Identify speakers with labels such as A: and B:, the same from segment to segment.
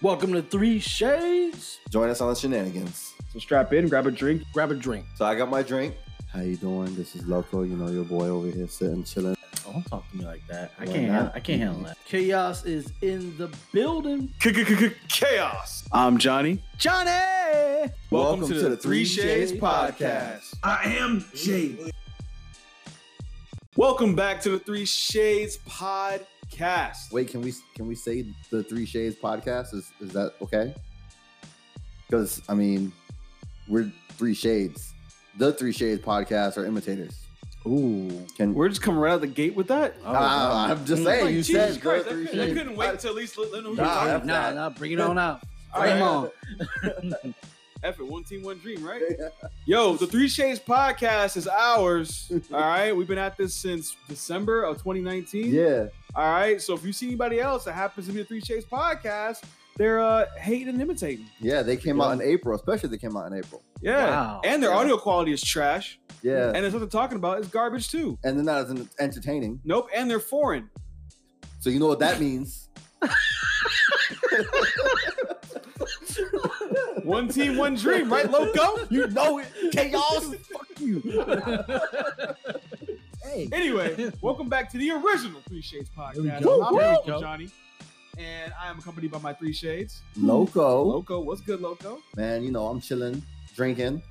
A: Welcome to Three Shades.
B: Join us on the shenanigans.
C: So strap in, grab a drink.
A: Grab a drink.
B: So I got my drink. How you doing? This is Loco. You know your boy over here sitting chilling.
D: Oh, don't talk to me like that. I
B: Why
D: can't.
B: not?
D: Handle, I can't handle that.
A: Chaos is in the building.
C: Chaos. I'm Johnny.
A: Johnny!
B: Welcome, to, the Three Shades podcast.
C: I am Jay. Welcome back to the Three Shades podcast.
B: Wait, can we can we say the Three Shades podcast? Is is that okay? Because I mean, we're Three Shades. The Three Shades podcast are imitators.
D: Ooh.
B: Can
C: We're just coming right out of the gate with that.
D: Oh,
B: Ah, I'm just saying
C: Like,
B: you
C: Jesus
B: said
C: Christ,
B: the
C: I
B: Three
C: couldn't, I
B: Shades.
C: couldn't wait to at least let, let them know who
B: Nah,
C: we're talking
B: that's
D: nah,
C: about.
D: nah,
B: that.
D: Bring it on out.
C: All right.
D: Come on.
C: F it, one team, one dream, right? Yo, the Three Shades podcast is ours. All right. We've been at this since December of 2019.
B: Yeah,
C: All right. So if you see anybody else that happens to be a Three Shades podcast, they're uh, hating and imitating.
B: yeah. They came out in April, especially they came out in April.
C: Yeah.
D: Wow.
C: And their
B: Yeah.
C: audio quality is trash.
B: Yeah,
D: Mm.
B: and,
C: And there's nothing talking about. It's garbage too.
B: they're not as en- entertaining.
C: Nope. And they're foreign.
B: So you know what that means.
C: One team, one dream, right, Loco?
B: You know it. Chaos. Fuck you.
D: Hey.
C: Anyway, welcome back to the original Three Shades
D: There we
C: podcast.
D: go.
C: I'm
D: Woo,
C: your
D: woo.
C: uncle Johnny. And I am accompanied by my Three Shades.
B: Loco.
C: Loco, what's good, Loco?
B: man, you know, I'm chilling, drinking,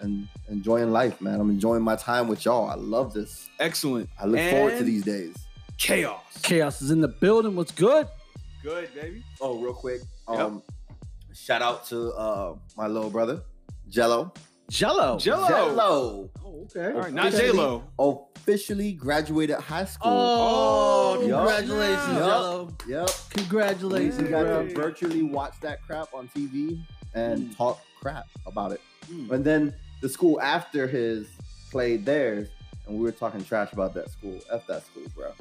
B: and enjoying life, man. I'm enjoying my time with y'all. I love this.
C: Excellent.
B: I look forward to
C: And-
B: these days.
C: Chaos.
A: Chaos is in the building. What's good?
C: Good, baby.
B: Oh, real quick. Um, shout out to uh my little brother, Jello.
A: Jello.
C: Jello.
B: Jello
A: Oh, okay.
C: All right, not
B: Officially-
C: J Lo.
B: officially graduated high school.
A: Oh,
B: Yup.
A: congratulations,
B: Yup.
A: Jello.
B: Yep.
A: Congratulations,
B: We got
A: bro.
B: to virtually watch that crap on TV and
A: Mm.
B: talk crap about it.
A: Mm.
B: And then the school after his played theirs, and we were talking trash about that school. F that school, bro.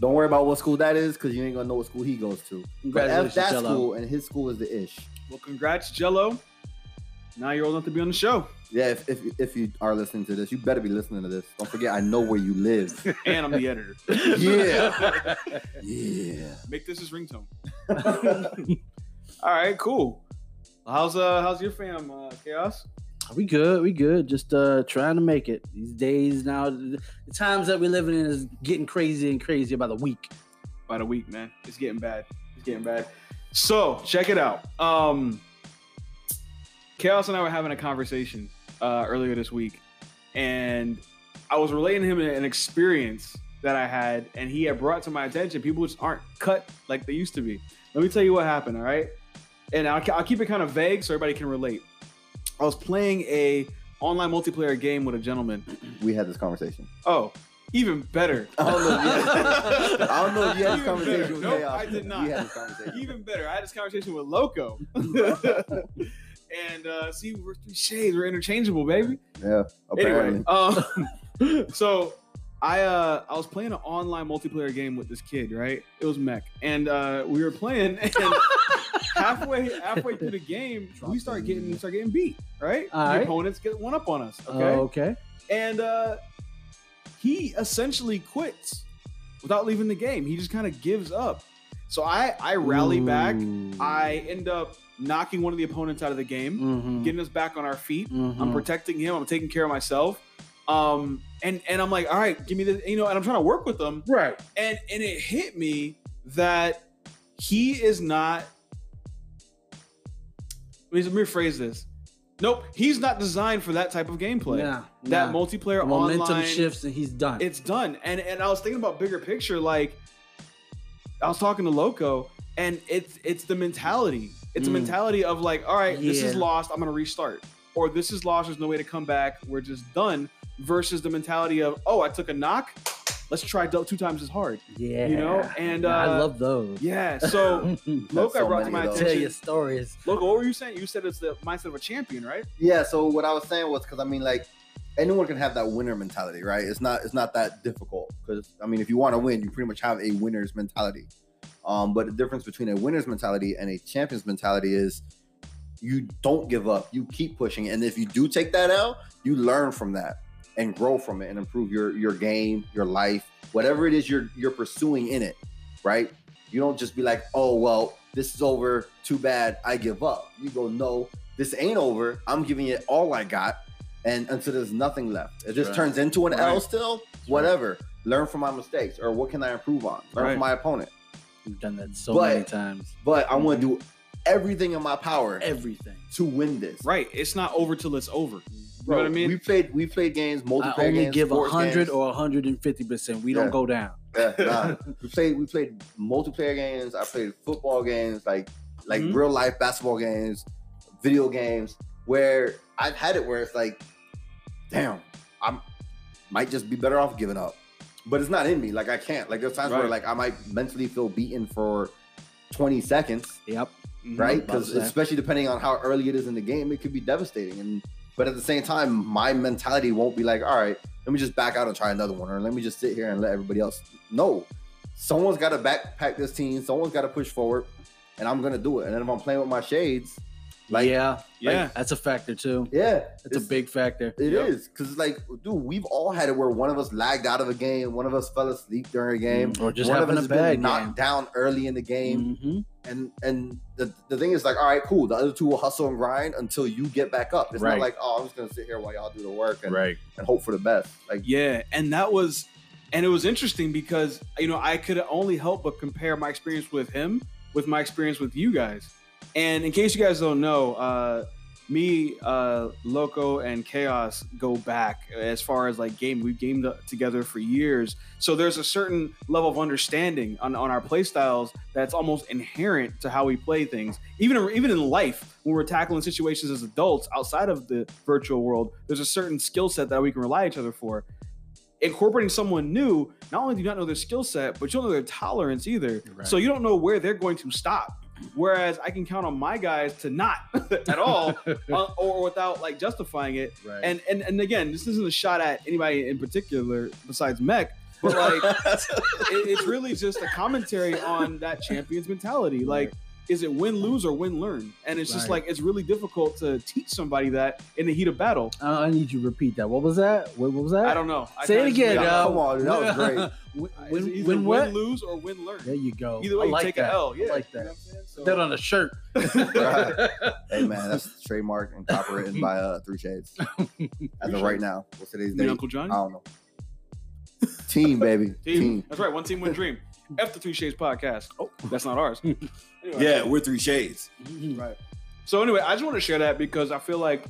B: Don't worry about what school that is, because you ain't gonna know what school he goes to. But F
A: Congratulations,
B: that
A: Jello.
B: school, and his school is the ish.
C: Well, congrats, Jello. Now you're old enough to be on the show,
B: Yeah, if, if, if you are listening to this, you better be listening to this. Don't forget, I know where you live.
C: and I'm the editor.
B: Yeah. yeah.
C: Make this his ringtone. All right, cool. How's uh how's your fam, uh, Chaos?
A: We good. We good. Just uh trying to make it these days. Now the times that we're living in is getting crazy and crazy by the week.
C: About a week, man. It's getting bad. It's getting bad. So check it out. Um, Chaos and I were having a conversation uh, earlier this week, and I was relating him an experience that I had, and he had brought to my attention people just aren't cut like they used to be. Let me tell you what happened. All right, and I'll, I'll keep it kind of vague so everybody can relate. I was playing a online multiplayer game with a gentleman.
B: We had this conversation.
C: Oh, even better.
B: I don't know if you had, I don't know if you had this
C: Even
B: conversation
C: better.
B: with
C: Nope,
B: Chaos.
C: I did not.
B: We had this conversation.
C: Even better, I had this conversation with Loco. and uh, see, we're three shades. We're interchangeable, baby.
B: Yeah, apparently.
C: Anyway, um, so I uh, I was playing an online multiplayer game with this kid, right? It was Mech, and uh, we were playing. And halfway halfway through the game, we start getting we start getting beat, right?
A: All
C: the
A: right.
C: opponents get one up on us, okay?
A: Okay. okay.
C: and uh, he essentially quits without leaving the game. He just kind of gives up. So I I rally back. I end up knocking one of the opponents out of the game,
A: Mhm.
C: getting us back on our feet.
A: Mhm.
C: I'm protecting him. I'm taking care of myself. Um, and and I'm like, all right, give me this, you know. And I'm trying to work with them.
A: right.
C: And and it hit me that he is not. Let me rephrase this. Nope, he's not designed for that type of gameplay.
A: Yeah.
C: That
A: yeah.
C: multiplayer
A: momentum
C: online
A: shifts and he's done.
C: it's done. And and I was thinking about bigger picture, like I was talking to Loco, and it's it's the mentality. It's a
A: Mm.
C: mentality of like, all right, this is
A: Yeah.
C: lost, I'm gonna restart. Or this is lost, there's no way to come back, we're just done, versus the mentality of, oh, I took a knock, let's try do- two times as hard.
A: yeah.
C: you know, and, uh,
A: I love those. Mm-hmm.
C: Yeah. So Loco
B: so
C: brought to
B: many
C: my
B: of those.
A: tell your
C: attention.
A: stories.
C: Loco, what were you saying? You said it's the mindset of a champion, right?
B: yeah so what i was saying was because i mean like anyone can have that winner mentality right it's not it's not that difficult because i mean if you want to win you pretty much have a winner's mentality um but the difference between a winner's mentality and a champion's mentality is you don't give up you keep pushing and if you do take that out you learn from that and grow from it and improve your your game your life whatever it is you're you're pursuing in it right you don't just be like oh well this is over, too bad, I give up. You go, no, this ain't over. I'm giving it all I got. And until there's nothing left. It just
A: right.
B: turns into an L
C: Right.
B: still, whatever. Learn from my mistakes or what can I improve on? Learn
C: Right.
B: from my opponent.
A: We've done that so
B: But-
A: many times.
B: But I want to do everything in my power
A: Everything.
B: to win this.
C: Right. It's not over till it's over.
B: Bro,
C: what I mean?
B: We played we played games,
A: I
B: multiplayer
A: only
B: games,
A: give
B: sports
A: hundred
B: games.
A: or hundred and fifty percent. We don't
B: Yeah.
A: go down.
B: Yeah, nah. we played we played multiplayer games. I played football games, like like
C: Mhm.
B: real life basketball games, video games. Where I've had it where it's like, damn, I'm might just be better off giving up. But it's not in me. Like I can't. Like there's times where
C: Right.
B: like I might mentally feel beaten for 20 seconds,
A: Yep.
C: Mhm.
B: right?
A: Mm, about
B: Because
A: that.
B: especially depending on how early it is in the game, it could be devastating. And but at the same time, my mentality won't be like, all right, let me just back out and try another one, or let me just sit here and let everybody else. No, someone's got to backpack this team. Someone's got to push forward, and I'm gonna do it. And then if I'm playing with my shades, like yeah,
A: yeah,
C: Yeah.
A: that's a factor too. That's
B: it's-
A: a big factor.
B: It
C: Yep.
B: is because like, dude, we've all had it where one of us lagged out of a game, one of us fell asleep during a game,
A: Or Mm. just
B: one of
A: having a
B: us has been
A: bad
B: knocked
A: game.
B: down early in the game
A: Mhm.
B: and and the, the thing is like all right cool the other two will hustle and grind until you get back up it's
A: Right.
B: not like oh i'm just gonna sit here while y'all do the work and,
A: Right.
B: and hope for the best like
C: Yeah, and that was, and it was interesting because you know I could only help but compare my experience with him with my experience with you guys. And in case you guys don't know, uh, me, uh, Loco, and Chaos go back as far as like game. We've gamed together for years, so there's a certain level of understanding on, on our play styles that's almost inherent to how we play things. Even even in life, when we're tackling situations as adults outside of the virtual world, there's a certain skill set that we can rely on each other for. Incorporating someone new, not only do you not know their skill set, but you don't know their tolerance either.
A: Right.
C: So you don't know where they're going to stop. Whereas I can count on my guys to not at all, uh, or without like justifying it.
A: Right.
C: And and and again, this isn't a shot at anybody in particular besides Mech, but like it, it's really just a commentary on that champion's mentality. Like, is it win lose or win learn? And it's just
A: Right.
C: like it's really difficult to teach somebody that in the heat of battle.
A: I, I need you to repeat that. What was that? What, what was that?
C: I don't know. I
A: Say it
C: kinda just-
A: again.
B: Yeah,
A: uh,
B: come on, dude, that was great.
A: Win-
C: It's
A: win,
C: either
A: win what?
C: lose or win learn.
A: There you go.
C: Either way,
A: I like
C: you take
A: that.
C: a L. Yeah,
A: like
C: you know
A: that.
C: what
A: That on a shirt.
C: I'm saying? So-
B: Right. hey man that's trademark and copyrighted by uh three shades as of right now what's today's
C: You
B: date
C: mean
B: i
C: Uncle John.
B: don't know team baby
C: Team.
B: team,
C: That's right. One team, one dream. F the Three Shades podcast. Oh, that's not ours. Anyway.
B: we're three shades
A: Mm-hmm.
C: Right. So anyway, I just want to share that because I feel like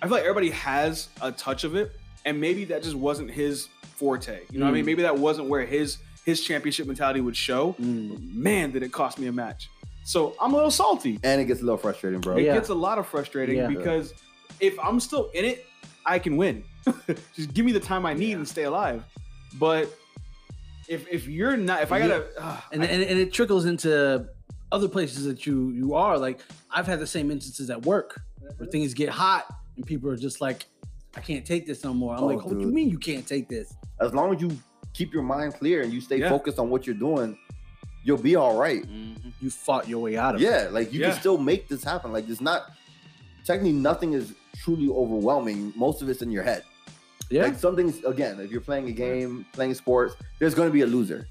C: I feel like everybody has a touch of it, and maybe that just wasn't his forte. You know what I mean?
A: Mm.
C: Maybe that wasn't where his his championship mentality would show.
A: Mm.
C: But man, did it cost me a match. So I'm a little salty.
B: and it gets a little frustrating bro
C: It
A: Yeah.
C: gets a lot of frustrating
A: Yeah.
C: because if I'm still in it, I can win. just give me the time I need
A: Yeah.
C: and stay alive. But if if you're not, if I
A: Yeah.
C: gotta, uh,
A: and,
C: I,
A: and and it trickles into other places that you you are like i've had the same instances at work where things get hot and people are just like i can't take this no more i'm
B: Oh,
A: like what do you
B: dude.
A: mean you can't take this
B: as long as you keep your mind clear and you stay
C: Yeah.
B: focused on what you're doing you'll be all right
A: you fought your way out of it
B: Yeah, like you
C: Yeah.
B: can still make this happen. Like it's not technically nothing is truly overwhelming. Most of it's in your head.
A: yeah
B: Like some things again, if you're playing a game, playing sports, there's gonna be a loser.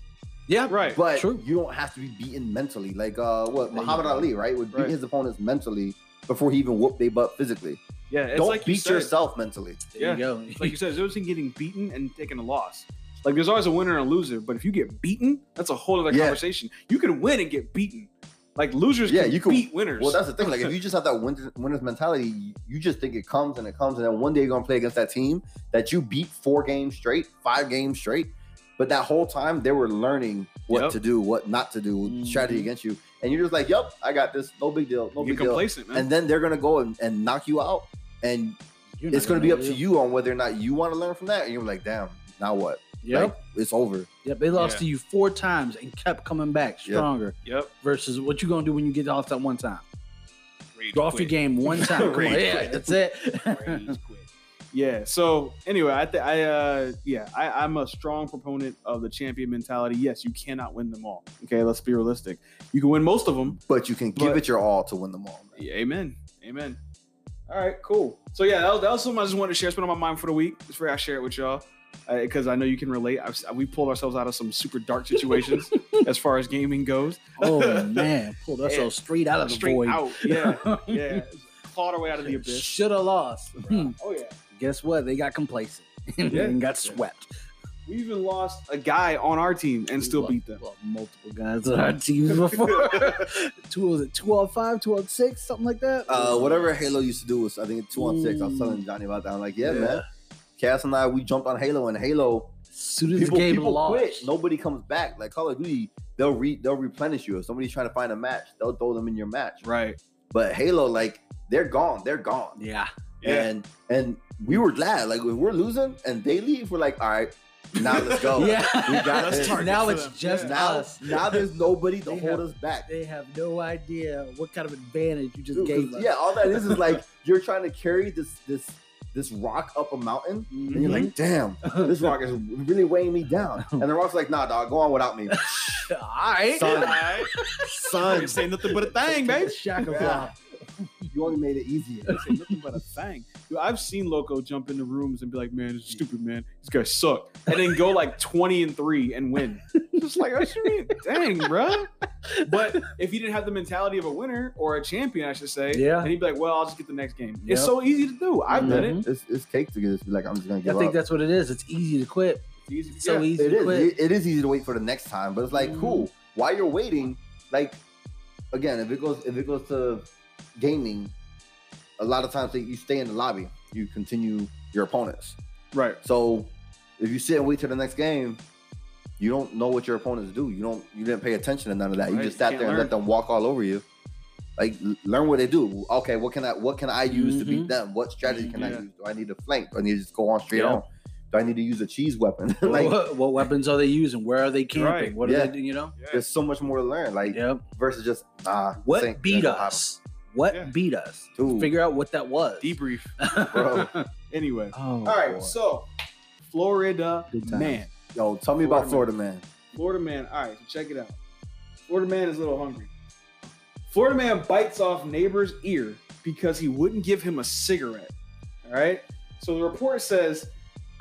A: yeah
C: right,
B: But
A: True.
B: you don't have to be beaten mentally. Like uh what
A: There you
B: Muhammad
A: go.
B: Ali, right? Would beat
C: Right.
B: his opponents mentally before he even whooped their butt physically.
C: yeah, it's
B: don't
C: like you
B: beat
C: said.
B: yourself mentally.
A: there
C: yeah.
A: you go
C: like you said, there's always getting beaten and taking a loss. Like there's always a winner and a loser, but if you get beaten, that's a whole other
B: Yeah.
C: conversation. You can win and get beaten. Like losers
B: Yeah,
C: can
B: you can-
C: beat winners.
B: Well, that's the thing. Like, if you just have that winter, winner's mentality, you just think it comes and it comes, and then one day you're gonna play against that team that you beat four games straight, five games straight. But that whole time they were learning what
C: Yep.
B: to do, what not to do, strategy
A: Mhm.
B: against you, and you're just like, "Yep, I got this. No big deal. No
C: you get
B: big deal."
C: complacent, man.
B: And then they're gonna go and, and knock you out, and
A: You're not
B: it's gonna
A: gonna
B: be up to
A: live.
B: you on whether or not you want to learn from that. And you're like, "Damn, now what?
A: yep
B: Like, it's over."
A: yep they lost
C: Yeah.
A: to you four times and kept coming back stronger
C: yep.
A: versus what you gonna do when you get off that one time
C: Rage
A: go off your
C: quit.
A: game one time Come on,
C: Rage
A: yeah
C: quit.
A: that's it
C: Rage quit. Yeah. So anyway, I th- I uh yeah, I, I'm a strong proponent of the champion mentality. Yes, you cannot win them all. Okay, let's be realistic. You can win most of them,
B: But you can give
C: But-
B: it your all to win them all. man.
C: Yeah, amen. Amen. All right, cool. So yeah, that was, that was something I just wanted to share. It's been on my mind for the week. It's fair I share it with y'all. because I know you can relate. I've, s- we pulled ourselves out of some super dark situations as far as gaming goes.
A: Oh man, pulled us
C: Yeah.
A: all straight out of the
C: Straight
A: void.
C: out, yeah, yeah. Clawed our way out of the abyss.
A: Should have lost. Hmm.
C: Oh yeah.
A: Guess what? They got complacent
C: Yeah.
A: and got swept.
C: We even lost a guy on our team and still beat them.
A: Well, multiple guys on our teams before. two was it two on five, two on six, something like that.
B: Uh, whatever Halo used to do was, I think, two on six. I was telling Johnny about that. I'm like, yeah,
A: Mm. Yeah.
B: man. Cass and I, we jumped on Halo, and Halo,
A: As soon as
B: people,
A: the game
B: people quit.
A: launched,
B: Nobody comes back. Like Call of Duty, they'll re, they'll replenish you. If somebody's trying to find a match, they'll throw them in your match.
C: right.
B: But Halo, like, they're gone. They're gone.
A: yeah,
C: Yeah.
B: And and we were glad. Like, when we're losing and they leave, we're like, all right, now let's go.
A: yeah.
B: Oh, We got
E: Let's
B: this.
E: target
A: now
E: for
A: it's
E: them.
A: just
B: now,
A: us.
B: now there's nobody to
A: They have-
B: hold us back.
A: They have no idea what kind of advantage you just
B: Dude, 'cause,
A: gave us.
B: yeah, all that is is like you're trying to carry this this this rock up a mountain, and you're like, damn,
A: Mm-hmm.
B: this rock is really weighing me down. And the rock's like, nah, dog, go on without me.
A: all
C: Mm-hmm.
A: right.
E: Son,
C: Alright.
E: son, this ain't nothing but a thing,
A: Take
E: baby.
A: a shock of
B: Yeah.
A: life.
B: You only made it easier.
C: This ain't nothing but a thing. Dude, I've seen Loco jump into rooms and be like, man, this is stupid, man. These guys suck. And then go like 20 and 3 and win. Just like,
A: "Oh,
C: what you mean? Dang, bruh. But if you didn't have the mentality of a winner or a champion, I should say,
A: Yeah.
C: and he'd be like, well, I'll just get the next game.
A: Yep.
C: It's so easy to do. I've done it.
A: Mhm.
B: Mm-hmm. It's, it's cake to get this. Like I'm just gonna
A: I
B: give
A: think
B: up.
A: that's what it is. It's easy to quit.
C: It's easy.
A: It's Mm-hmm. so
C: yeah.
A: easy
B: It
A: to
B: is.
A: quit.
B: It, it is easy to wait for the next time, but it's like
A: Mhm.
B: cool. While you're waiting, like again, if it goes if it goes to gaming, a lot of times like, you stay in the lobby. You continue your opponents.
C: Right.
B: So if you sit and wait till the next game, you don't know what your opponents do. You don't you didn't pay attention to none of that. You
C: Right,
B: just
C: you
B: sat
C: can't
B: there and let them walk all over you. Like l- learn what they do. Okay, what can I what can I use to beat them? What strategy can I
C: Mm-hmm. Yeah.
B: use? Do I need to flank? Do I need to just go on straight
A: Yeah.
B: on? Do I need to use a cheese weapon? like
A: what, what weapons are they using? Where are they camping?
C: Right.
A: What are
B: Yeah.
A: they doing? You know?
B: there's so much more to learn. Like
A: Yep.
B: versus just nah.
A: What
B: this ain't-
A: beat
B: this ain't
A: us? What
C: Yeah.
A: beat us?
B: Dude.
A: Figure out what that was.
C: Debrief.
B: Bro.
C: anyway.
A: Oh,
C: All right.
A: boy.
C: So, Florida
A: Good times.
C: man.
B: Yo, tell me about
C: Florida
B: Florida man.
C: Florida man. All right, so check it out. Florida man is a little hungry. Florida man bites off neighbor's ear because he wouldn't give him a cigarette. All right. So the report says,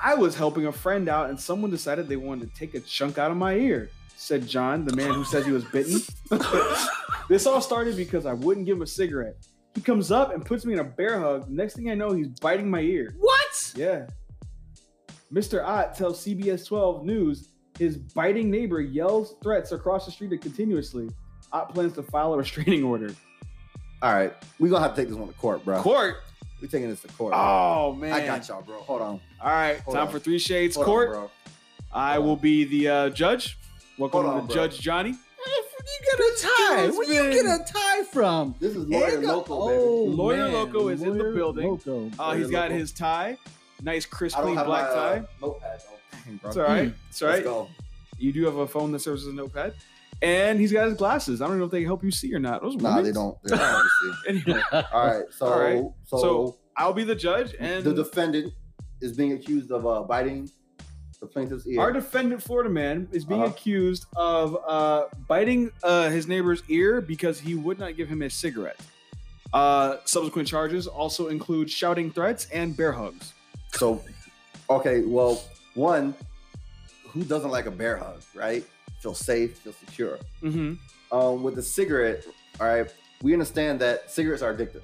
C: I was helping a friend out and someone decided they wanted to take a chunk out of my ear, said John, the man who says he was bitten. this all started because I wouldn't give him a cigarette. He comes up and puts me in a bear hug. Next thing I know, he's biting my ear.
A: What?
C: Yeah. Mr. Ott tells CBS 12 News his biting neighbor yells threats across the street continuously. Ott plans to file a restraining order.
B: All right. We're gonna have to take this one to court, bro.
C: Court.
B: We're taking this to court.
C: Oh man.
B: I got y'all, bro. Hold on.
C: All right.
B: Hold
C: time
B: on.
C: for three shades
B: Hold on,
C: court.
B: bro.
C: I
B: Hold
C: will be the uh, judge. Welcome
B: Hold on,
C: to
B: bro.
C: Judge Johnny.
A: You get a tie.
C: guy's
A: Where you
C: been-
A: get a tie from?
B: This is lawyer
A: Ain't got-
B: local, baby.
A: oh,
C: Lawyer
A: man.
C: Loco is in the
A: Lawyer
C: building.
A: Loco.
C: Uh, he's
B: Very
C: got
B: local.
C: his tie. Nice, crisp,
B: I don't
C: clean
B: have
C: black
B: my, uh,
C: tie.
B: notepad, though. Dang, bro.
C: It's all right. It's all right.
B: Let's go.
C: You do have a phone that serves as a notepad. And he's got his glasses. I don't know if they help you see or not. Those
B: Nah, they
C: women's?
B: don't. They don't obviously.
C: Anyway.
B: All right. So,
C: All right.
B: so,
C: So, I'll be the judge, and
B: the defendant is being accused of uh, biting the plaintiff's ear.
C: our defendant, Florida man, is being
B: Uh-huh.
C: accused of uh, biting uh, his neighbor's ear because he would not give him a cigarette. Uh, subsequent charges also include shouting threats and bear hugs.
B: so, okay. Well, one, who doesn't like a bear hug, right? Feel safe, feel secure.
C: Mm-hmm.
B: Um, with the cigarette, all right, we understand that cigarettes are addictive,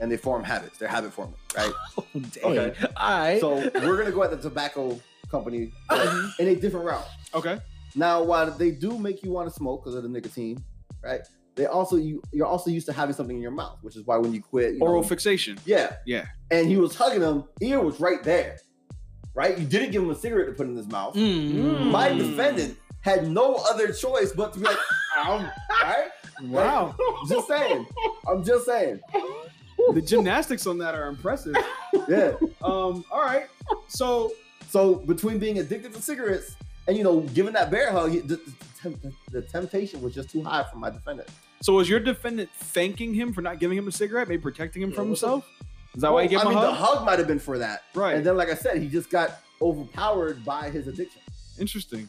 B: and they form habits. They're habit forming, right?
A: Oh, dang.
B: Okay.
A: All right.
B: So we're gonna go at the tobacco company
A: Mm-hmm.
B: in a different route.
C: Okay.
B: Now, while they do make you want to smoke because of the nicotine, right? They also you you're also used to having something in your mouth, which is why when you quit, you
C: Oral
B: know,
C: fixation.
B: yeah,
C: Yeah.
B: And he was hugging him. Ear was right there, right? You didn't give him a cigarette to put in his mouth.
A: Mm.
B: My
C: Mm.
B: defendant had no other choice but to be like, "Ow," right?
C: Wow.
B: Just saying. I'm just saying.
C: the gymnastics on that are impressive.
B: Yeah.
C: Um, all right. So
B: So between being addicted to cigarettes and you know giving that bear hug, the, the, temp- the temptation was just too high for my defendant.
C: so was your defendant thanking him for not giving him a cigarette, maybe protecting him from
B: Yeah, what's
C: himself? Is that why you
B: I
C: gave him a
B: mean,
C: hug?
B: the hug might have been for that.
C: Right.
B: And then, like I said, he just got overpowered by his addiction.
C: Interesting.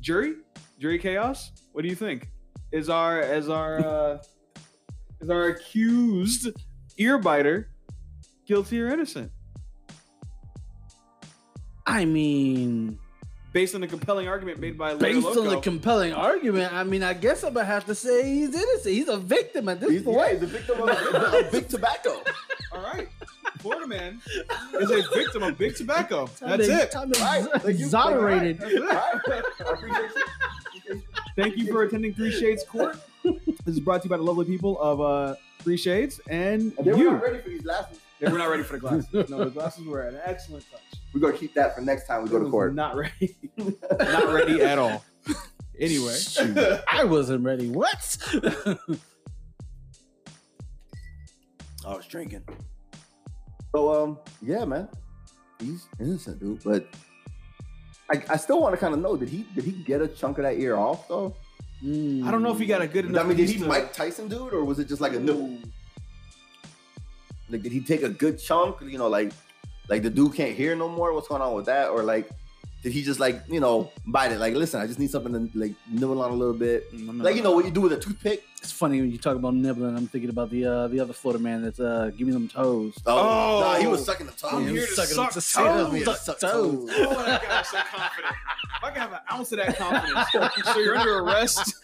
C: Jury, jury chaos. What do you think? Is our as our uh, is our accused ear biter guilty or innocent?
A: I mean,
C: Based on the compelling argument made by Larry
A: based on the
C: Loco,
A: compelling argument, I mean, I guess I'm gonna have to say he's innocent. He's a victim at this
B: He's
A: point.
B: yeah, he's a victim of of big tobacco.
C: all right, Florida man is a victim of big tobacco. That's
A: Time to-
C: it.
A: time to
B: Right, like you- like,
A: Exonerated.
B: all right, all right. I appreciate you.
C: Thank you for attending Three Shades Court. This is brought to you by the lovely people of uh, Three Shades and
B: And they were
C: you.
B: not ready for these glasses.
C: They were not ready for the glasses. No, the glasses were an excellent touch.
B: We're gonna keep that for next time we go
C: It
B: to
C: was
B: court.
C: Not ready. not ready at all. Anyway.
A: I wasn't ready. What?
B: I was drinking. So um, yeah, man, he's innocent, dude. But I, I still want to kind of know did he did he get a chunk of that ear off though?
C: I don't know if he got a good
B: I
C: enough.
B: mean, did
C: piece
B: he
C: to-
B: Mike Tyson dude, or was it just like a nibble? Like, did he take a good chunk? You know, like like the dude can't hear no more. What's going on with that? Or like, did he just like you know bite it? Like, listen, I just need something to like nibble on a little bit.
C: Mm, I'm not-
B: Like you know what you do with a toothpick.
A: It's funny when you talk about nibbling. I'm thinking about the uh, the other Florida man that's uh, give me them toes.
C: Oh.
B: nah, he was sucking the tongue.
C: I'm
B: He
C: here
B: was
C: to
B: sucking
C: suck
B: the
C: toes.
B: He was suck toes.
C: Oh, that guy was so confident. If I can have an ounce of that confidence, so you're under arrest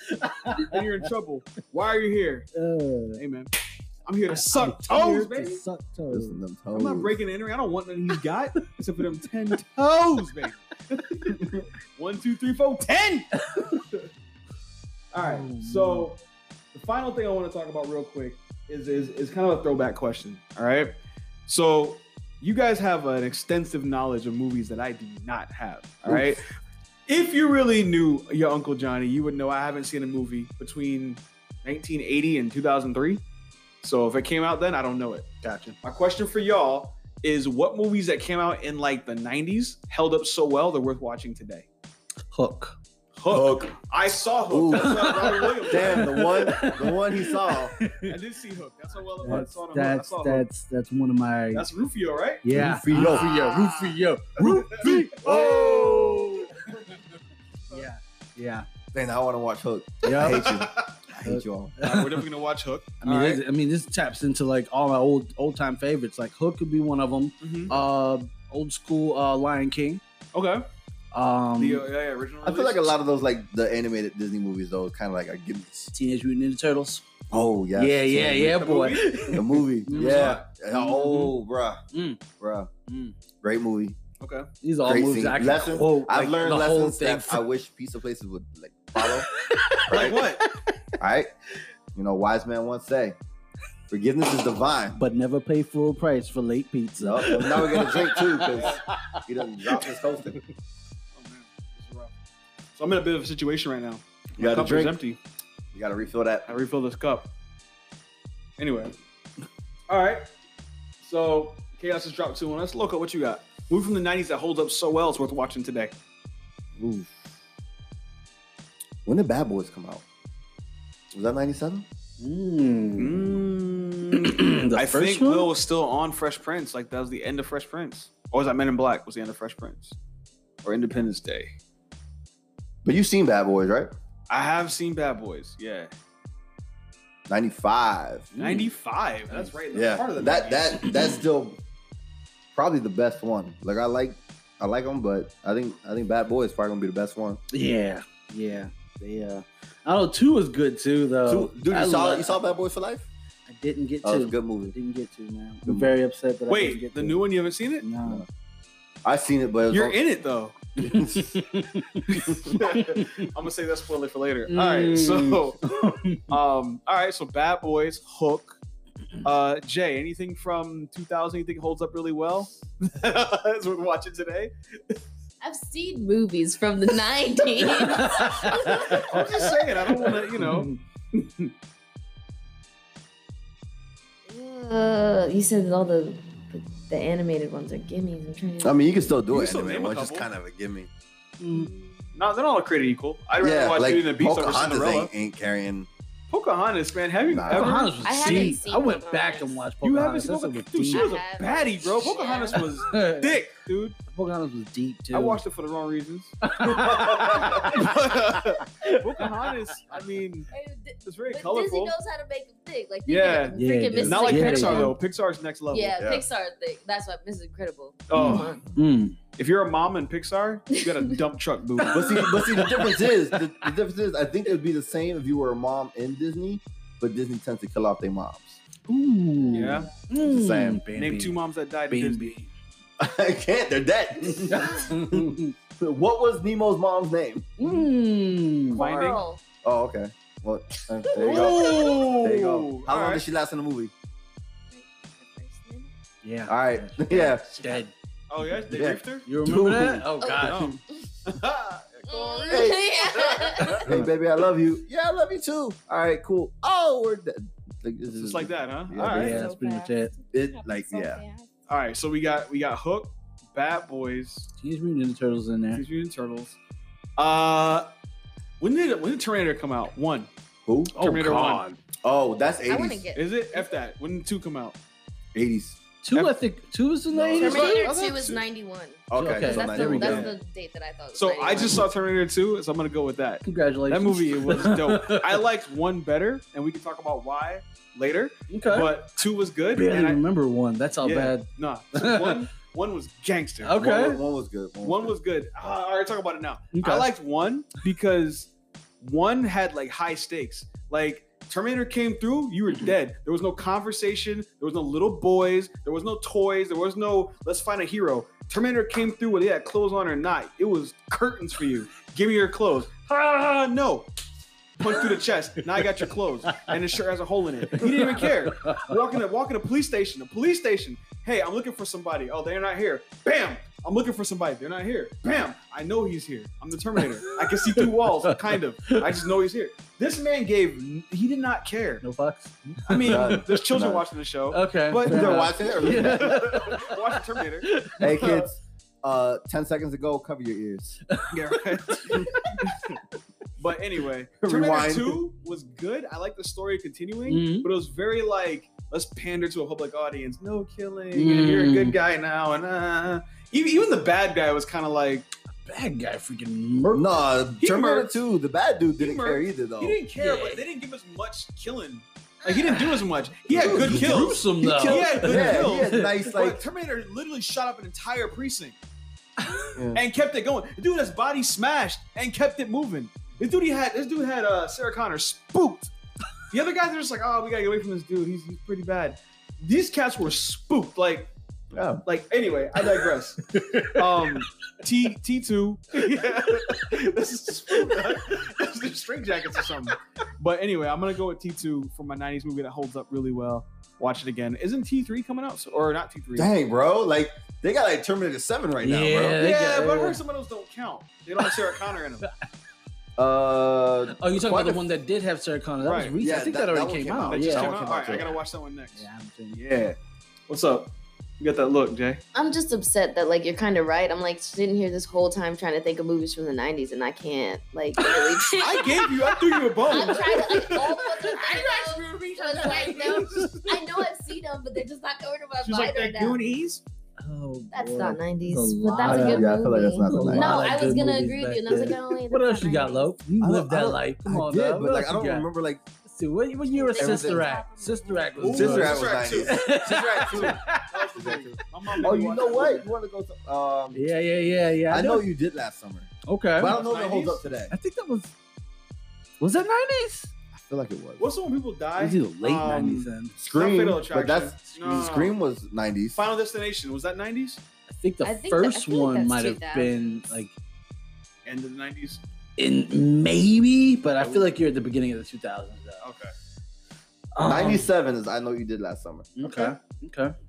C: and you're in trouble. Why are you here? Hey, man. I'm here to suck toes, baby.
A: Suck toes.
B: Listen, them
C: I'm not
B: toes.
C: breaking the entering. I don't want nothing he's got except for them 10 toes, baby. One, two, three, four, ten. All right. So the final thing I want to talk about real quick is, is is kind of a throwback question. All right. So you guys have an extensive knowledge of movies that I do not have. All right. If you really knew your Uncle Johnny, you would know I haven't seen a movie between 1980 and 2003. So if it came out then, I don't know it.
A: Gotcha.
C: My question for y'all is what movies that came out in like the 90s held up so well they're worth watching today?
A: Hook.
C: Hook. I saw
B: Ooh.
C: Hook. That's not Robin Williams.
B: Damn, the one, the one he saw.
C: I did see Hook. That's how well I
A: That's
C: saw it on Hook. I
A: that's
C: saw Hook.
A: that's that's one of my
C: That's Rufio, right?
A: yeah.
B: Rufio.
A: Ah. Rufio. Rufio.
C: Oh!
A: Yeah. Yeah.
B: Man, I want to watch Hook. I
A: Yeah.
B: hate you. I hate you all.
C: All right, we're definitely gonna watch Hook.
A: I mean,
C: All right.
A: this, I mean, this taps into like all my old old time favorites. Like Hook could be one of them.
C: Mhm.
A: Uh, old school uh, Lion King.
C: Okay.
A: Um,
C: The uh, yeah, yeah, original.
B: I feel like a lot of those, like the animated Disney movies, though, kind of like a give me.
A: Teenage Mutant Ninja Turtles.
B: Oh yeah,
A: yeah, yeah, yeah,
C: The
A: boy.
C: movie?
B: The movie,
A: Mhm.
B: yeah. Oh, bruh,
A: Mm.
B: bruh,
A: Mm.
B: great movie.
C: Okay.
A: These are all
B: Great
A: movies
B: scene.
A: I can
B: Lessons.
A: quote.
B: I've
A: like,
B: learned
A: the whole
B: lessons
A: thing.
B: that I wish pizza places would like follow.
C: Like what? Oh,
B: all right, you know, wise man once say, forgiveness is divine.
A: but never pay full price for late
B: So
A: pizza.
B: now we're gonna drink too because he doesn't drop his coaster. You
C: Oh, man. This is rough. So I'm in a bit of a situation right now. My
B: gotta
C: cup is
B: drink.
C: empty.
B: You gotta refill that.
C: I refill this cup. Anyway. All right. So Chaos has dropped two on us. Loco, what you got? Movie from the 90s that holds up so well, it's worth watching today.
B: Ooh. When did Bad Boys come out? Was that '97?
A: Mm. the
C: I
A: first
C: think
A: one?
C: Will was still on Fresh Prince. Like, that was the end of Fresh Prince. Or was that Men in Black? Was the end of Fresh Prince? Or Independence Day?
B: But you've seen Bad Boys, right?
C: I have seen Bad Boys. Yeah.
B: '95.
A: Mm.
C: 95. That's right. in the
B: yeah,
C: heart of the
B: that
C: 90s.
B: that that's still probably the best one. Like I like I like them, but I think I think Bad Boy is probably gonna be the best one.
A: Yeah, yeah, they. Uh, I don't know. Two was good too, though.
B: Dude, you
A: I
B: saw
A: love-
B: you saw Bad Boys for Life?
A: I didn't get
B: Uh, That was
A: to.
B: a good
A: I
B: Mm. movie.
A: didn't get to, man.
B: Good
A: I'm
B: movie.
A: very upset that I didn't
C: Wait,
A: get
C: the
A: to.
C: new one, you haven't seen it?
A: No.
B: I seen it, but
C: You're
B: it's
C: in it, though. I'm gonna save that spoiler for later. All
A: Mm.
C: right, so um, all right, so Bad Boys, Hook, uh, Jay, anything from 2000 you think holds up really well? As we're watching today,
F: I've seen movies from the 90s.
C: I'm just saying I don't want to, you know.
F: uh, you said all the the animated ones are gimmies. I'm trying to.
B: I mean, you can still do
C: You
B: it.
C: can still
B: anyway,
C: name a
B: it's just
C: couple.
B: kind of a gimme.
C: No, they're not all created equal. I'd rather
B: yeah,
C: watch
B: like
C: Beauty and the Beast over
B: Pocahontas
C: Cinderella.
B: ain't, ain't carrying.
C: Pocahontas, man, have you
B: Nah.
C: ever?
A: Pocahontas was
F: I haven't
A: deep. I
F: seen
A: went
F: Pocahontas.
A: back and watched
C: You haven't
A: Pocahontas. That's
C: seen Pocahontas?
A: a
C: Dude, she
A: deep-
C: was a
F: I haven't.
C: baddie, bro. Pocahontas
F: Yeah.
C: was thick, dude.
A: Pocahontas was deep too.
C: I watched it for the wrong reasons. Pocahontas, I mean, it's very
F: but Disney
C: colorful.
F: knows how to make them thick. Like
C: Yeah.
F: freaking
A: Yeah,
F: freaking
A: dude.
F: Mrs.
C: Not like
A: Yeah.
F: Incredible.
C: Pixar though. Pixar's next level.
F: Yeah,
B: Yeah. Mm-hmm.
F: Pixar thick. That's why Mrs. Incredible.
C: Oh,
F: Come
A: Mm.
C: If you're a mom in Pixar, you got a dump truck booty.
B: But see, but see, the difference is the, the difference is I think it would be the same if you were a mom in Disney, but Disney tends to kill off their moms.
A: Ooh.
C: yeah.
A: Mm.
B: Same.
A: Bambi.
C: Name two moms that died in Disney.
A: Bambi.
B: I can't. They're dead. what was Nemo's mom's name?
A: Mm.
C: Finding-
F: Coral.
B: Oh, okay. Well, uh, there you go. There you go. How
C: All
B: long
C: right.
B: did she last in the movie?
A: Yeah.
B: All right. Yeah.
A: Dead.
C: Oh yeah, they
B: Yeah.
C: briefed her.
A: You remember that? Oh
F: Oh.
A: God.
C: Oh.
F: Yeah.
B: Hey, baby, I love you. Yeah, I love you too. All right, cool. Oh, we're dead. Like, it's
C: Just like that, huh?
B: Yeah,
C: All right.
A: Yeah, that's pretty much it.
B: It like yeah.
C: All right. So we got we got Hook, Bat Boys,
A: Teenage Mutant Ninja Turtles in there.
C: Teenage Mutant Turtles. Uh, when did when did Terminator come out? One.
B: Who?
C: Terminator One.
B: Oh, that's
F: I want to
B: eighties.
F: get
C: Is it? F that. When did two come out?
B: Eighties.
A: Two, I think. Two was in the
B: No,
A: eighties.
B: Terminator
F: Terminator
C: I thought
F: Two is
C: two.
F: ninety one.
B: Okay.
A: Okay.
B: so
F: That's,
B: now
F: the,
B: there we
F: that's
B: go.
F: the date that I thought. was
C: So I
F: 91.
C: just saw Terminator Two, so I'm gonna go with that.
A: Congratulations.
C: That movie was dope. I liked one better, and we can talk about why later.
A: okay.
C: But two was
A: I
C: good.
A: barely
C: and I,
A: remember one. That's how
C: Yeah.
A: bad.
C: nah, one one was gangster.
A: Okay.
B: One, one was good.
C: One was good. Uh, all right, talk about it now.
A: Okay.
C: I liked one because one had like high stakes. Like Terminator came through, you were
A: Mhm.
C: dead. There was no conversation. There was no little boys. There was no toys. There was no let's find a hero. Terminator came through whether you had clothes on or not. It was curtains for you. Give me your clothes. Ah, no. Punch through the chest. Now I got your clothes, and the shirt has a hole in it. He didn't even care. Walking, walking to police station. The police station. Hey, I'm looking for somebody. Oh, they're not here. Bam! I'm looking for somebody. They're not here. Bam! I know he's here. I'm the Terminator. I can see through walls, kind of. I just know he's here. This man gave. He did not care.
A: No fucks.
C: I mean,
B: Yeah.
C: there's children
B: No.
C: watching the show.
A: Okay.
C: But-
A: fair
B: They're
A: enough.
B: watching it. Or
C: Watch the Terminator.
B: Hey kids, uh, ten seconds ago, cover your ears.
C: Yeah, right. but anyway, Terminator
B: Rewind.
C: Two was good. I like the story continuing,
A: Mhm.
C: but it was very like let's pander to a public audience. No killing. and You're a good guy now, and uh, even even the bad guy was kind of like
A: Bad guy freaking murdered.
B: No,
C: He
B: Terminator
C: murked.
B: Two, the bad dude didn't
C: He
B: care
C: murked.
B: either though.
C: he didn't care,
A: yeah.
C: but they didn't give us much killing. oh, Like he didn't do as much. He had good
A: He
C: kills.
A: Gruesome
B: He
A: though.
B: killed-
C: He had good
B: Uh, yeah,
C: kills.
B: he had nice like.
C: but Terminator literally shot up an entire precinct
B: Yeah.
C: and kept it going. The dude, his body smashed and kept it moving. This dude, he had this dude had uh, Sarah Connor spooked. The other guys are just like, oh, we gotta get away from this dude. He's, he's pretty bad. These cats were spooked. Like,
B: Yeah.
C: like anyway, I digress. um, T T two. yeah, this is spooked. This is string jackets or something. But anyway, I'm gonna go with T two for my '90s movie that holds up really well. Watch it again. Isn't T three coming out so- or not T three?
B: Dang, bro! Like they got like Terminator Seven right now,
A: Yeah.
B: bro.
A: They
C: Yeah,
A: got-
C: but I heard some of those don't count. They don't have Sarah Connor in them.
B: Uh,
A: Oh, you talking
B: Why
A: about the
B: the-
A: one that did have Sarah Connor? That
C: Right.
A: was recent.
B: Yeah,
A: I think
B: that-
A: that,
B: that
A: already
B: one
A: came
B: came
A: out.
B: out.
C: That
A: Oh, Yeah.
C: just
B: that
C: came
B: one
C: out.
B: came
C: All
B: out
C: right,
B: too.
C: I gotta watch that one next.
A: Yeah, I haven't seen it.
B: yeah.
C: What's up? You got that look, Jay?
F: I'm just upset that like you're kind of right. I'm like sitting here this whole time trying to think of movies from the '90s, and I can't like really.
C: I gave you. I threw you a bone.
F: I'm trying to like all the ones
C: I
F: that I
C: asked
F: know.
C: you to be-
F: was like, no, I know I've seen them, but they're just not going to my
C: She's like
F: mind right
C: that
F: now.
C: Goonies.
A: Oh,
F: That's
A: boy.
F: not
A: That's a
F: '90s, but that's
A: lot.
F: a good
B: yeah, I
F: movie.
B: feel like that's not the
A: A
B: night.
F: no,
A: lot of
F: I was
A: good
F: gonna
A: movies
F: agree with
A: back
F: you, and I was like,
A: then.
F: I don't like
A: What
F: that's
A: else you
F: not
A: got,
F: 90s.
A: Lo? You
B: I don't-
A: lived
B: I
A: that
B: don't-
A: life. Come
B: I
A: on,
B: did,
A: Lo.
B: but
A: What
B: like
A: else
B: I don't
A: you got?
B: remember like
A: Let's see, what, what year was
F: Everything.
A: Sister Act? Sister Act
C: Ooh,
A: was
B: Sister Act
A: good.
B: was
C: Sister Act
B: 90s.
C: too.
B: Sister Act too.
C: My mom made
B: Oh,
C: me
B: you
C: watch
B: know
C: that
B: what?
C: movie.
B: You want to go? To, um,
A: Yeah, yeah, yeah, yeah.
B: I know you did last summer,
A: Okay.
B: but I don't know if it holds
C: 90s?
B: up today.
A: I think that was. Was that nineties?
B: I feel like it was.
C: What's the one people die?
A: It was either late
C: Um,
A: nineties then.
B: Scream,
C: Not Fatal
B: but that's
C: Attraction. No.
B: Scream was '90s.
C: Final Destination was that '90s?
A: I think the
F: I think that- I
A: first
F: feel like
A: one
F: that's
A: might have
F: 2000s.
A: been like
C: End of the '90s.
A: in maybe, but I feel like you're at the beginning of the two thousands though.
C: Okay,
A: Um,
B: '97 is I know you did last summer.
A: Okay. Okay.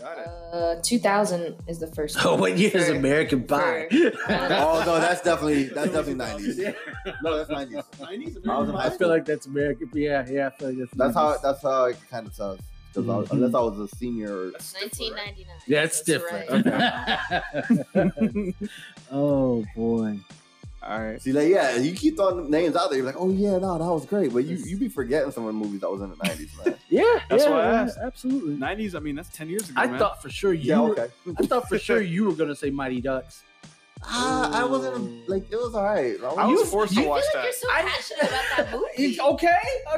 C: got it.
F: Uh, 2000 is the first.
A: So Oh, what year is
F: For-
A: American Pie?
B: Oh no, that's definitely that's definitely '90s. No, that's '90s.
C: '90s.
B: I was in
A: I feel like that's American. Yeah, yeah. I feel like that's.
B: That's how
A: 90s.
B: that's how I kind of tell because I was,
A: Mhm.
B: unless I was a senior. Or,
F: 1999.
A: That's different. oh boy.
C: All right.
B: see, like yeah, you keep throwing names out there. You're like, oh yeah, no, that was great, but you you be forgetting some of the movies that was in the '90s, man.
A: Yeah.
C: That's
A: yeah,
C: why I
A: yeah,
C: asked.
A: Absolutely.
C: '90s. I mean, that's ten years ago.
A: I
C: man.
A: thought for sure you.
B: yeah,
A: were-
B: okay.
A: I thought for sure you were gonna say Mighty Ducks.
B: Ah, I wasn't like it was all right.
C: I
A: You-
C: was forced
A: you
C: to
F: I
C: watch
F: feel
C: that.
F: like you're so passionate about that movie.
A: It's okay.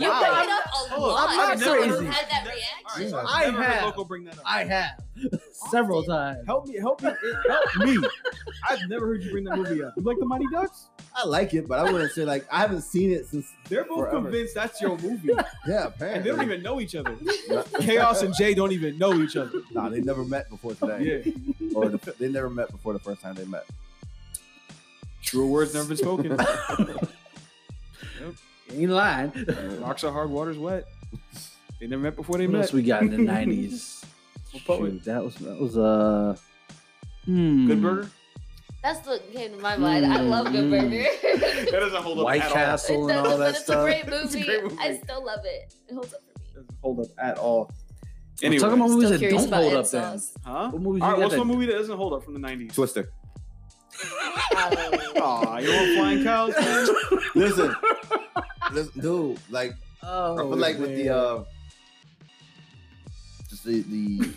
F: You
A: Okay.
F: bring it up a
C: Oh,
F: lot.
A: I'm not
F: I've never
A: crazy.
F: had that
C: All
F: reaction.
C: right, so
A: I
C: I've never heard
A: have.
C: Loco bring that up.
A: I have. several
F: Austin.
A: times.
C: Help me, help me, help me. I've never heard you bring that movie up. You like the Mighty Ducks?
B: I like it, but I wouldn't say like I haven't seen it since.
C: They're both
B: Forever.
C: convinced that's your movie.
B: Yeah,
C: And
B: apparently.
C: they don't even know each other.
B: Nah,
C: Chaos and Jay don't even know each other.
B: nah, they never met before today.
C: Yeah.
B: Or the, they never met before the first time they met.
C: True words never been spoken.
A: Ain't lying.
C: Rocks are hard, water's wet. They never met before they
A: What
C: met.
A: else we got in the nineties?
C: What poet?
D: that was that was uh. Hmm.
C: Good Burger?
F: That's what came to my mind. I love Good
A: Mm,
B: Mm-hmm.
F: Burger.
C: That doesn't hold
A: White Castle and all that
F: it's a
A: stuff.
F: great movie.
C: It's a great movie.
F: I still love it. It holds up for me.
C: Doesn't hold up at all. Anyway.
A: Talking about movies
F: Still
A: that
F: curious
A: don't
F: about
A: hold
F: Ed
A: up. Then
F: Sauce.
C: huh? All
A: what movies
C: right,
A: you got
C: what's
A: that
C: one movie that doesn't hold up from the 90s?
B: Twister.
F: Um,
C: Aw, you want Flying Cows? man?
B: Listen, listen, dude. Like
A: Oh,
B: I feel like with the uh, just the the,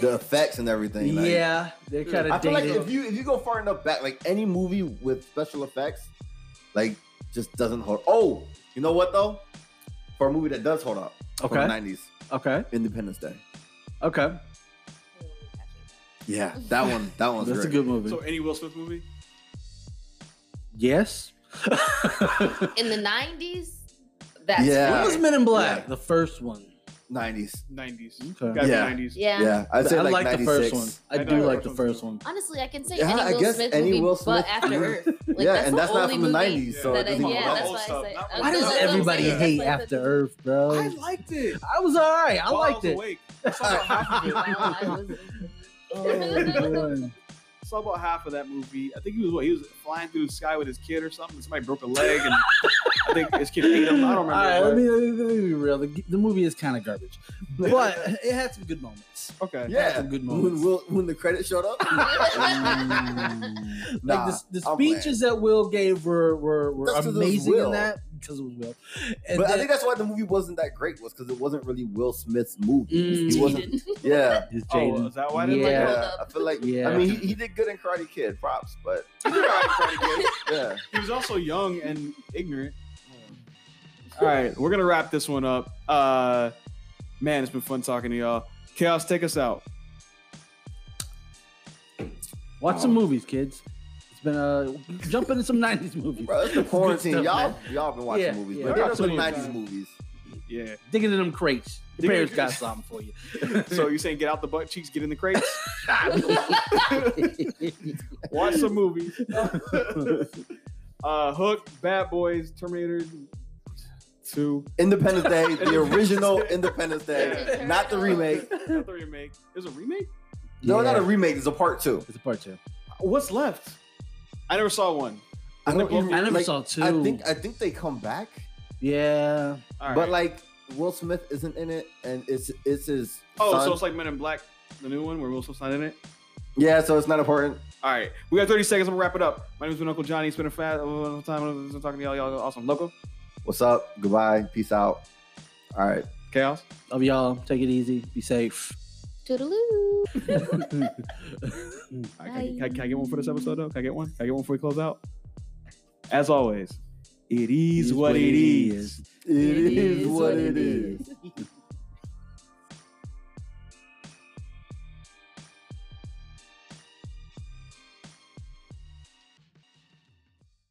B: the effects and everything. Like,
A: yeah, they're kind
B: I
A: of
B: feel like
A: dated.
B: if you if you go far enough back, like any movie with special effects, like just doesn't hold. Oh, you know what though? For a movie that does hold up, from the
A: Okay.
B: nineties,
A: okay,
B: Independence Day.
A: okay,
B: Yeah, that one, that one's
A: that's a
B: great.
A: good movie.
C: so, any Will Smith movie?
A: yes.
F: In the 90s, that's
B: Yeah.
A: When was Men in Black?
B: Yeah.
A: The first one.
B: Nineties.
C: 90s.
A: Okay.
C: Gotta be
B: Yeah.
C: 90s.
F: Yeah.
B: Yeah, I'd say
A: I
B: like,
A: like the
B: 96.
A: first one. I,
C: I
A: do
C: know.
A: like the first one.
F: Honestly, I can say
B: Yeah,
F: any
B: I
F: Will
B: guess
F: Smith
B: any
F: movie,
B: Will Smith
F: but After
B: movie.
F: Earth. Like,
B: yeah,
F: that's
B: and
F: the
B: that's not
F: only
B: from the
F: movie
B: nineties, so it
F: that I-
B: doesn't hold
F: yeah,
B: up.
F: that's
C: Old
F: why
C: stuff,
F: I say.
C: not
F: I
C: old
A: Why
F: still
A: does
F: love
C: stuff.
F: those
A: everybody
F: movies.
A: hate After Earth, bro?
C: I liked it.
A: I was all right. I
C: While
A: liked
C: was
A: it.
C: awake. I saw about half of it.
F: Wow, I
A: Oh,
F: was-
A: boy.
C: saw about half of that movie. I think he was what he was flying through the sky with his kid or something. and Somebody broke a leg, and I think his kid ate him. I don't remember.
A: All right,
C: but-
A: let me, let, me, let me be real. The, the movie is kind of garbage, but it had some good moments.
C: okay.
A: It had
B: Yeah,
A: some good
B: when
A: moments.
B: Will, when the credit showed up,
A: like
B: Nah,
A: the, the
B: I'm playing.
A: speeches that Will gave were were, were
B: That's 'cause it was
A: amazing in
B: Will.
A: that because it was Will. And
B: but I
A: then-
B: think that's why the movie wasn't that great was because it wasn't really Will Smith's movie.
A: Mm,
B: He wasn't. Yeah,
A: it's
C: Oh,
A: Jaden.
C: is that why? I didn't like
A: Yeah.
C: it?
B: yeah. I feel like.
A: Yeah.
B: I mean, he, he did good in Karate Kid. Props, but yeah,
C: He was also young and ignorant. All right, we're gonna wrap this one up. Uh, man, it's been fun talking to y'all. Chaos, take us out.
A: Watch some movies, kids. It's been uh, jump into some '90s movies.
B: bro, it's the
A: Good
B: quarantine.
A: stuff,
B: y'all,
A: man.
B: y'all been watching
A: Yeah,
B: movies,
A: yeah.
B: but get
C: We're
B: up to the
C: watching
B: nineties
C: movies.
B: movies.
C: Yeah.
A: Dig into them crates. Your
C: Dig
A: parents
C: into-
A: got something for you.
C: So you saying get out the butt cheeks, get in the crates, watch some movies. uh, Hook, Bad Boys, Terminator Two.
B: Independence Day, the
C: Independence
B: original
C: Day.
B: Independence Day,
F: Yeah.
B: not the remake.
C: Not the remake. Is a remake?
B: No,
A: Yeah.
B: not a remake. It's a part two.
A: It's a part two.
C: What's left? I never saw one.
B: I don't.
A: I
B: even-
A: never
B: like,
A: saw two.
B: I think I think they come back,
A: yeah.
C: All right.
B: but like Will Smith isn't in it, and it's it's his.
C: oh,
B: son.
C: so it's like Men in Black, the new one where Will Smith's not in it.
B: yeah, so it's not important.
C: All right, we got 30 seconds. I'm gonna wrap it up. My name's been Uncle Johnny. It's been a fast uh, time. I'm talking to y'all. Y'all are awesome. Local
B: What's up? Goodbye. Peace out. All right.
C: chaos.
A: Love y'all. Take it easy. Be safe.
F: Toodaloo.
C: All right, can, I, get- can I- can I get one for this episode though? Can I get one? Can I get one before we close out? As always, it is what, it is.
B: It is what it is.